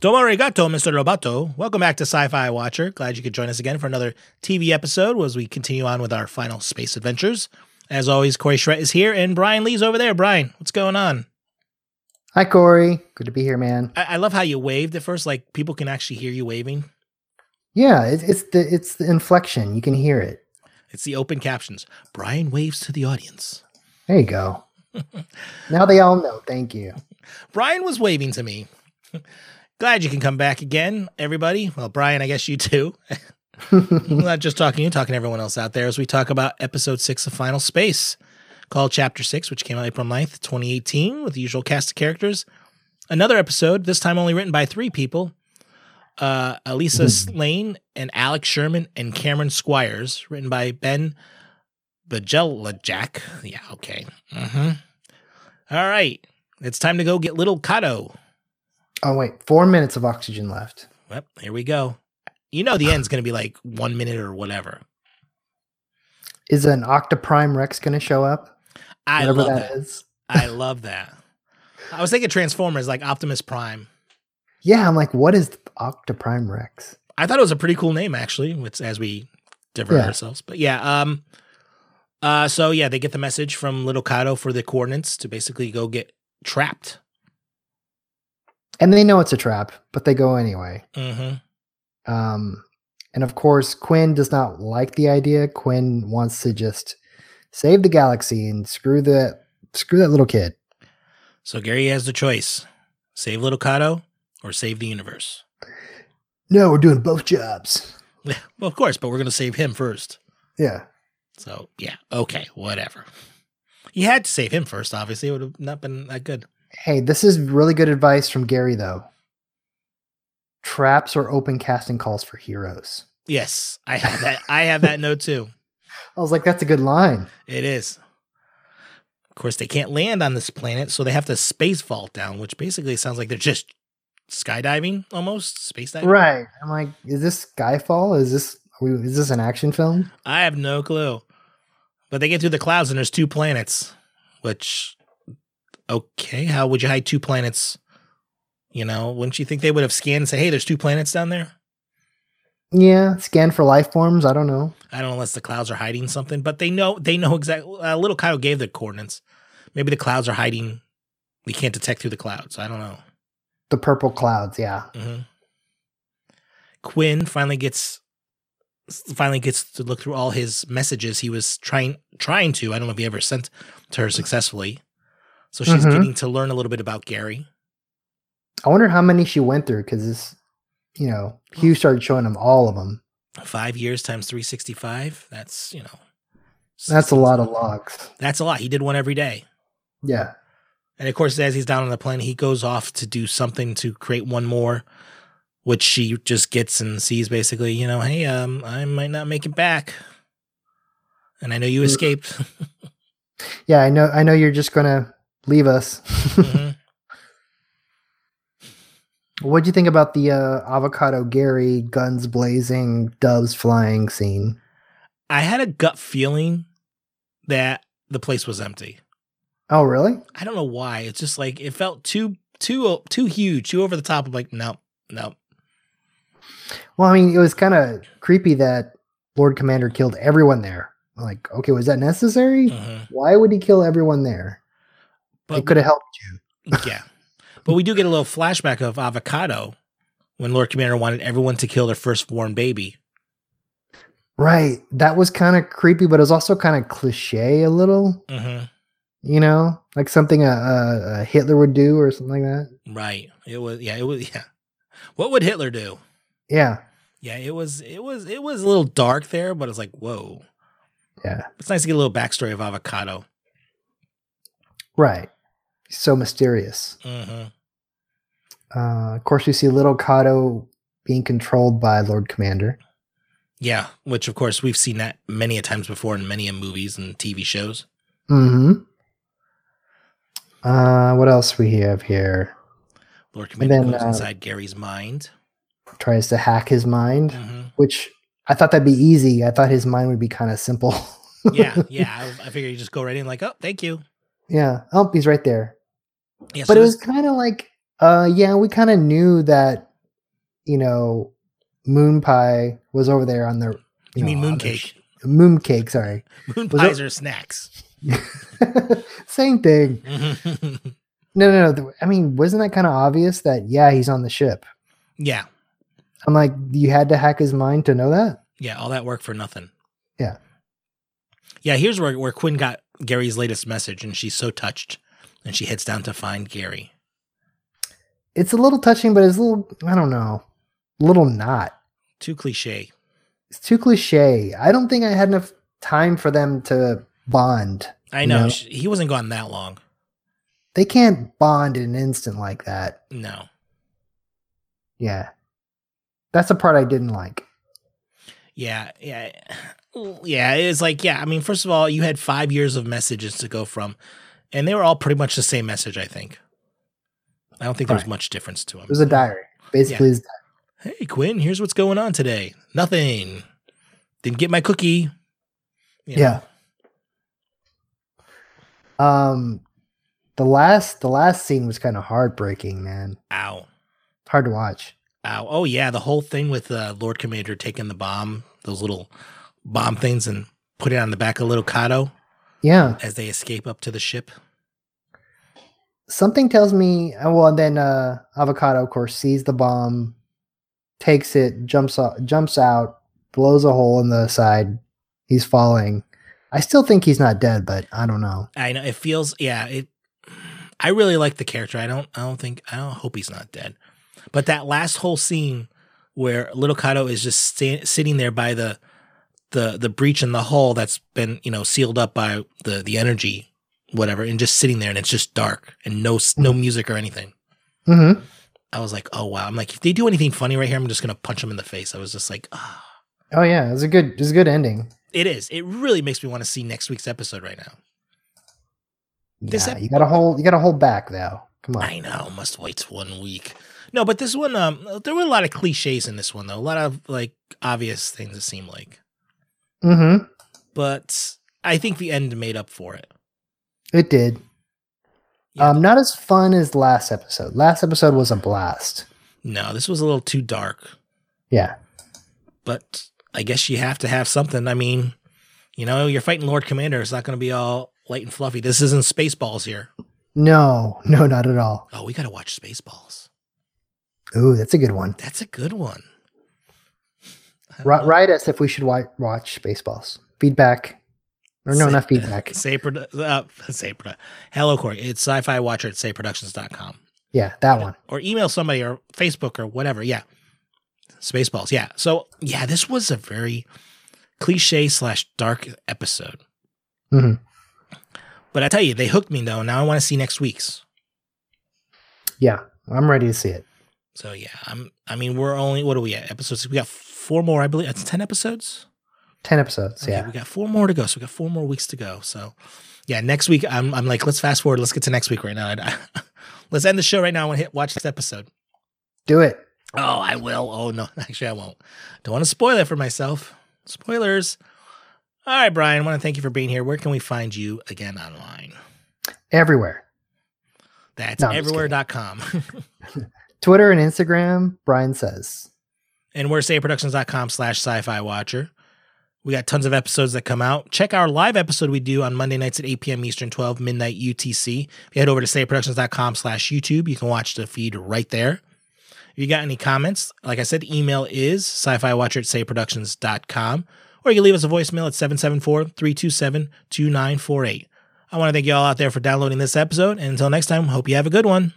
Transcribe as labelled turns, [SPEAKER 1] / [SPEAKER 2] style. [SPEAKER 1] Domo arigato, Mr. Roboto. Welcome back to Sci-Fi Watcher. Glad you could join us again for another TV episode as we continue on with our final space adventures. As always, Corey Schrett is here and Brian Lee's over there. Brian, what's going on?
[SPEAKER 2] Hi, Corey. Good to be here, man.
[SPEAKER 1] I, I love how you waved at first. Like people can actually hear you waving.
[SPEAKER 2] Yeah, it, it's the it's the inflection. You can hear it.
[SPEAKER 1] It's the open captions. Brian waves to the audience.
[SPEAKER 2] There you go. now they all know. Thank you.
[SPEAKER 1] Brian was waving to me. Glad you can come back again, everybody. Well, Brian, I guess you too. Not just talking to you, talking to everyone else out there as we talk about episode six of Final Space, called Chapter Six, which came out April 9th, 2018, with the usual cast of characters. Another episode, this time only written by three people uh, Elisa Slane and Alex Sherman and Cameron Squires, written by Ben Bajelajak. Yeah, okay. Mhm. All right. It's time to go get little Kato.
[SPEAKER 2] Oh wait, four minutes of oxygen left.
[SPEAKER 1] Well, here we go. You know the end's going to be like one minute or whatever.
[SPEAKER 2] Is an Octoprime Rex going to show up?
[SPEAKER 1] I
[SPEAKER 2] Whatever
[SPEAKER 1] love
[SPEAKER 2] that
[SPEAKER 1] that.
[SPEAKER 2] is.
[SPEAKER 1] I love that. I was thinking Transformers, like Optimus Prime.
[SPEAKER 2] Yeah, I'm like, what is Octoprime Rex?
[SPEAKER 1] I thought it was a pretty cool name actually, which as we divert
[SPEAKER 2] Yeah.
[SPEAKER 1] ourselves. But yeah, um uh so yeah, they get the message from Little Kato for the coordinates to basically go get trapped.
[SPEAKER 2] And they know it's a trap, but they go anyway.
[SPEAKER 1] Mm-hmm.
[SPEAKER 2] Um, and of course, Quinn does not like the idea. Quinn wants to just save the galaxy and screw the screw that little kid.
[SPEAKER 1] So Gary has the choice. Save Little Kato or save the universe.
[SPEAKER 2] No, we're doing both jobs.
[SPEAKER 1] well, of course, but we're gonna save him first.
[SPEAKER 2] Yeah.
[SPEAKER 1] So yeah, okay, whatever. You had to save him first, obviously. It would have not been that good.
[SPEAKER 2] Hey, this is really good advice from Gary though. Traps or open casting calls for heroes.
[SPEAKER 1] Yes, I have that. I have that note too.
[SPEAKER 2] I was like, that's a good line.
[SPEAKER 1] It is. Of course, they can't land on this planet, so they have to space vault down, which basically sounds like they're just skydiving almost space diving.
[SPEAKER 2] Right. I'm like, is this Skyfall? Is this are we, is this an action film?
[SPEAKER 1] I have no clue. But they get through the clouds, and there's two planets. Which, okay, how would you hide two planets? You know, wouldn't you think they would have scanned and said, "Hey, there's two planets down there"?
[SPEAKER 2] Yeah, scan for life forms. I don't know.
[SPEAKER 1] I don't know unless the clouds are hiding something, but they know they know exactly. Uh, little Kyle gave the coordinates. Maybe the clouds are hiding. We can't detect through the clouds. I don't know.
[SPEAKER 2] The purple clouds. Yeah.
[SPEAKER 1] hmm Quinn finally gets finally gets to look through all his messages he was trying trying to. I don't know if he ever sent to her successfully. So she's
[SPEAKER 2] Mhm.
[SPEAKER 1] getting to learn a little bit about Gary.
[SPEAKER 2] I wonder how many she went through because this, you know, Hugh started showing him all of them.
[SPEAKER 1] Five years times three sixty five. That's you know.
[SPEAKER 2] That's a lot of logs.
[SPEAKER 1] That's a lot. He did one every day.
[SPEAKER 2] Yeah.
[SPEAKER 1] And of course, as he's down on the planet, he goes off to do something to create one more, which she just gets and sees basically, you know, hey, um, I might not make it back. And I know you
[SPEAKER 2] Mhm.
[SPEAKER 1] escaped.
[SPEAKER 2] Yeah. I know. I know you're just gonna leave us.
[SPEAKER 1] Mhm.
[SPEAKER 2] What'd you think about the uh, avocado Gary guns blazing, doves flying scene?
[SPEAKER 1] I had a gut feeling that the place was empty.
[SPEAKER 2] Oh, really?
[SPEAKER 1] I don't know why. It's just like it felt too too too huge, too over the top. I'm like, no, no.
[SPEAKER 2] Well, I mean, it was kind of creepy that Lord Commander killed everyone there. Like, okay, was that necessary?
[SPEAKER 1] Mhm.
[SPEAKER 2] Why would he kill everyone there?
[SPEAKER 1] But
[SPEAKER 2] it could have helped you.
[SPEAKER 1] yeah. But we do get a little flashback of Avocado when Lord Commander wanted everyone to kill their firstborn baby.
[SPEAKER 2] Right. That was kind of creepy, but it was also kind of cliche a little,
[SPEAKER 1] hmm
[SPEAKER 2] you know, like something a, a, a Hitler would do or something like that.
[SPEAKER 1] Right. It was yeah, it was yeah. What would Hitler do?
[SPEAKER 2] Yeah.
[SPEAKER 1] Yeah, it was it was it was a little dark there, but it's like, whoa.
[SPEAKER 2] Yeah.
[SPEAKER 1] It's nice to get a little backstory of avocado.
[SPEAKER 2] Right. So mysterious.
[SPEAKER 1] hmm
[SPEAKER 2] Uh, of course, we see little Kato being controlled by Lord Commander.
[SPEAKER 1] Yeah, which of course we've seen that many a times before in many a movies and TV shows.
[SPEAKER 2] Mm hmm. Uh, what else we have here?
[SPEAKER 1] Lord Commander
[SPEAKER 2] then,
[SPEAKER 1] goes
[SPEAKER 2] uh,
[SPEAKER 1] inside Gary's mind.
[SPEAKER 2] Tries to hack his mind,
[SPEAKER 1] hmm
[SPEAKER 2] which I thought that'd be easy. I thought his mind would be kind of simple.
[SPEAKER 1] Yeah, yeah. I, I figure you just go right in, like, oh, thank you.
[SPEAKER 2] yeah. Oh, he's right there.
[SPEAKER 1] Yeah, so
[SPEAKER 2] but it
[SPEAKER 1] this-
[SPEAKER 2] was kind of like uh yeah we kind of knew that you know, Moon Pie was over there on their.
[SPEAKER 1] You mean
[SPEAKER 2] know, on their
[SPEAKER 1] mooncake?
[SPEAKER 2] sh- moon cake, sorry.
[SPEAKER 1] Moon
[SPEAKER 2] Was
[SPEAKER 1] pies
[SPEAKER 2] it-
[SPEAKER 1] are snacks.
[SPEAKER 2] Same thing.
[SPEAKER 1] yeah.
[SPEAKER 2] No, no, no. th- I mean, wasn't that kind of obvious that, yeah, he's on the ship? I'm like, you had to hack his mind to know that?
[SPEAKER 1] Yeah. All that work for nothing.
[SPEAKER 2] Yeah.
[SPEAKER 1] Yeah. Here's where, where Quinn got Gary's latest message and she's so touched and she heads down to find Gary.
[SPEAKER 2] It's a little touching, but it's a little, I don't know, a little not.
[SPEAKER 1] Too cliche.
[SPEAKER 2] It's too cliche. I don't think I had enough time for them to bond.
[SPEAKER 1] I know.
[SPEAKER 2] No.
[SPEAKER 1] sh He wasn't gone that long.
[SPEAKER 2] They can't bond in an instant like that.
[SPEAKER 1] No.
[SPEAKER 2] Yeah. That's the part I didn't like.
[SPEAKER 1] Yeah, yeah, yeah. It's like, yeah. I mean, first of all, you had five years of messages to go from, and they were all pretty much the same message. I think. I don't think there was
[SPEAKER 2] Right.
[SPEAKER 1] much difference to them.
[SPEAKER 2] It was a diary. Basically, it's-
[SPEAKER 1] hey, Quinn, here's what's going on today. Nothing. Didn't get my cookie. You know,
[SPEAKER 2] yeah. Um, the last the last scene was kind of heartbreaking, man.
[SPEAKER 1] Ow.
[SPEAKER 2] Hard to watch.
[SPEAKER 1] Ow. Oh yeah, the whole thing with uh, Lord Commander taking the bomb, those little bomb things, and put it on the back of little Kato
[SPEAKER 2] Yeah,
[SPEAKER 1] as they escape up to the ship.
[SPEAKER 2] something tells me. oh, Well, and then uh, avocado, of course, sees the bomb, takes it, jumps out, jumps out, blows a hole in the side. He's falling. I still think he's not dead, but I don't know.
[SPEAKER 1] I know it feels yeah, it I really like the character. I don't I don't think I don't hope he's not dead. But that last whole scene where little Kato is just sta- sitting there by the the the breach in the hull that's been, you know, sealed up by the the energy whatever and just sitting there and it's just dark and no s no music or anything.
[SPEAKER 2] hmm
[SPEAKER 1] I was like, "Oh wow." I'm like, if they do anything funny right here, I'm just going to punch him in the face. I was just like, "Ah."
[SPEAKER 2] Oh yeah, it was a good, it was a good ending.
[SPEAKER 1] It is. It really makes me want to see next week's episode right now. This
[SPEAKER 2] Yeah,
[SPEAKER 1] ep-
[SPEAKER 2] you got to hold, you got to hold back though. Come on.
[SPEAKER 1] I know. Must wait one week. No, but this one, um, there were a lot of cliches in this one, though. A lot of like obvious things it seemed like,
[SPEAKER 2] Mm-hmm.
[SPEAKER 1] but I think the end made up for it.
[SPEAKER 2] It did.
[SPEAKER 1] Yeah.
[SPEAKER 2] Um, not as fun as last episode. Last episode was a blast.
[SPEAKER 1] no, this was a little too dark,
[SPEAKER 2] Yeah.
[SPEAKER 1] but I guess you have to have something. I mean, you know, you're fighting Lord Commander. It's not going to be all light and fluffy. This isn't Spaceballs here.
[SPEAKER 2] No, no, not at all.
[SPEAKER 1] Oh, we got to watch Spaceballs.
[SPEAKER 2] Ooh, that's a good one.
[SPEAKER 1] That's a good one. I don't
[SPEAKER 2] Ri-
[SPEAKER 1] know.
[SPEAKER 2] write us if we should wi- watch Spaceballs. Feedback. Or no,
[SPEAKER 1] Say-
[SPEAKER 2] not feedback.
[SPEAKER 1] Say, produ- uh, say produ- Hello, Corey. It's sci fi watcher at sayproductions.com.
[SPEAKER 2] Yeah, that one.
[SPEAKER 1] or email somebody or Facebook or whatever. Yeah. Spaceballs. Yeah. So, yeah, this was a very cliche slash dark episode.
[SPEAKER 2] Mhm.
[SPEAKER 1] But I tell you, they hooked me though. Now I want to see next week's.
[SPEAKER 2] Yeah, I'm ready to see it.
[SPEAKER 1] So yeah, I'm. I mean, we're only what are we at? Episodes? We got four more, I believe. That's ten episodes.
[SPEAKER 2] 10 episodes.
[SPEAKER 1] Okay,
[SPEAKER 2] Yeah.
[SPEAKER 1] we got four more to go. So we got four more weeks to go. So yeah, next week I'm. I'm like, let's fast forward. Let's get to next week right now. I- let's end the show right now. I want to hit watch this episode.
[SPEAKER 2] Do it.
[SPEAKER 1] Oh, I will. Oh no, actually, I won't. Don't want to spoil it for myself. Spoilers. All right, Brian. I want to thank you for being here. Where can we find you again online?
[SPEAKER 2] Everywhere.
[SPEAKER 1] That's
[SPEAKER 2] No, I'm just kidding.
[SPEAKER 1] everywhere.com.
[SPEAKER 2] Twitter and Instagram, Brian says.
[SPEAKER 1] and we're sayproductions.com slash sci-fi watcher. We got tons of episodes that come out. Check our live episode we do on Monday nights at 8 p.m. Eastern, 12 midnight UTC. If you head over to sayproductions.com slash YouTube, you can watch the feed right there. If you got any comments, like I said, email is sci-fi watcher at sayproductions.com, or you can leave us a voicemail at 774-327-2948. I want to thank you all out there for downloading this episode, and until next time, hope you have a good one.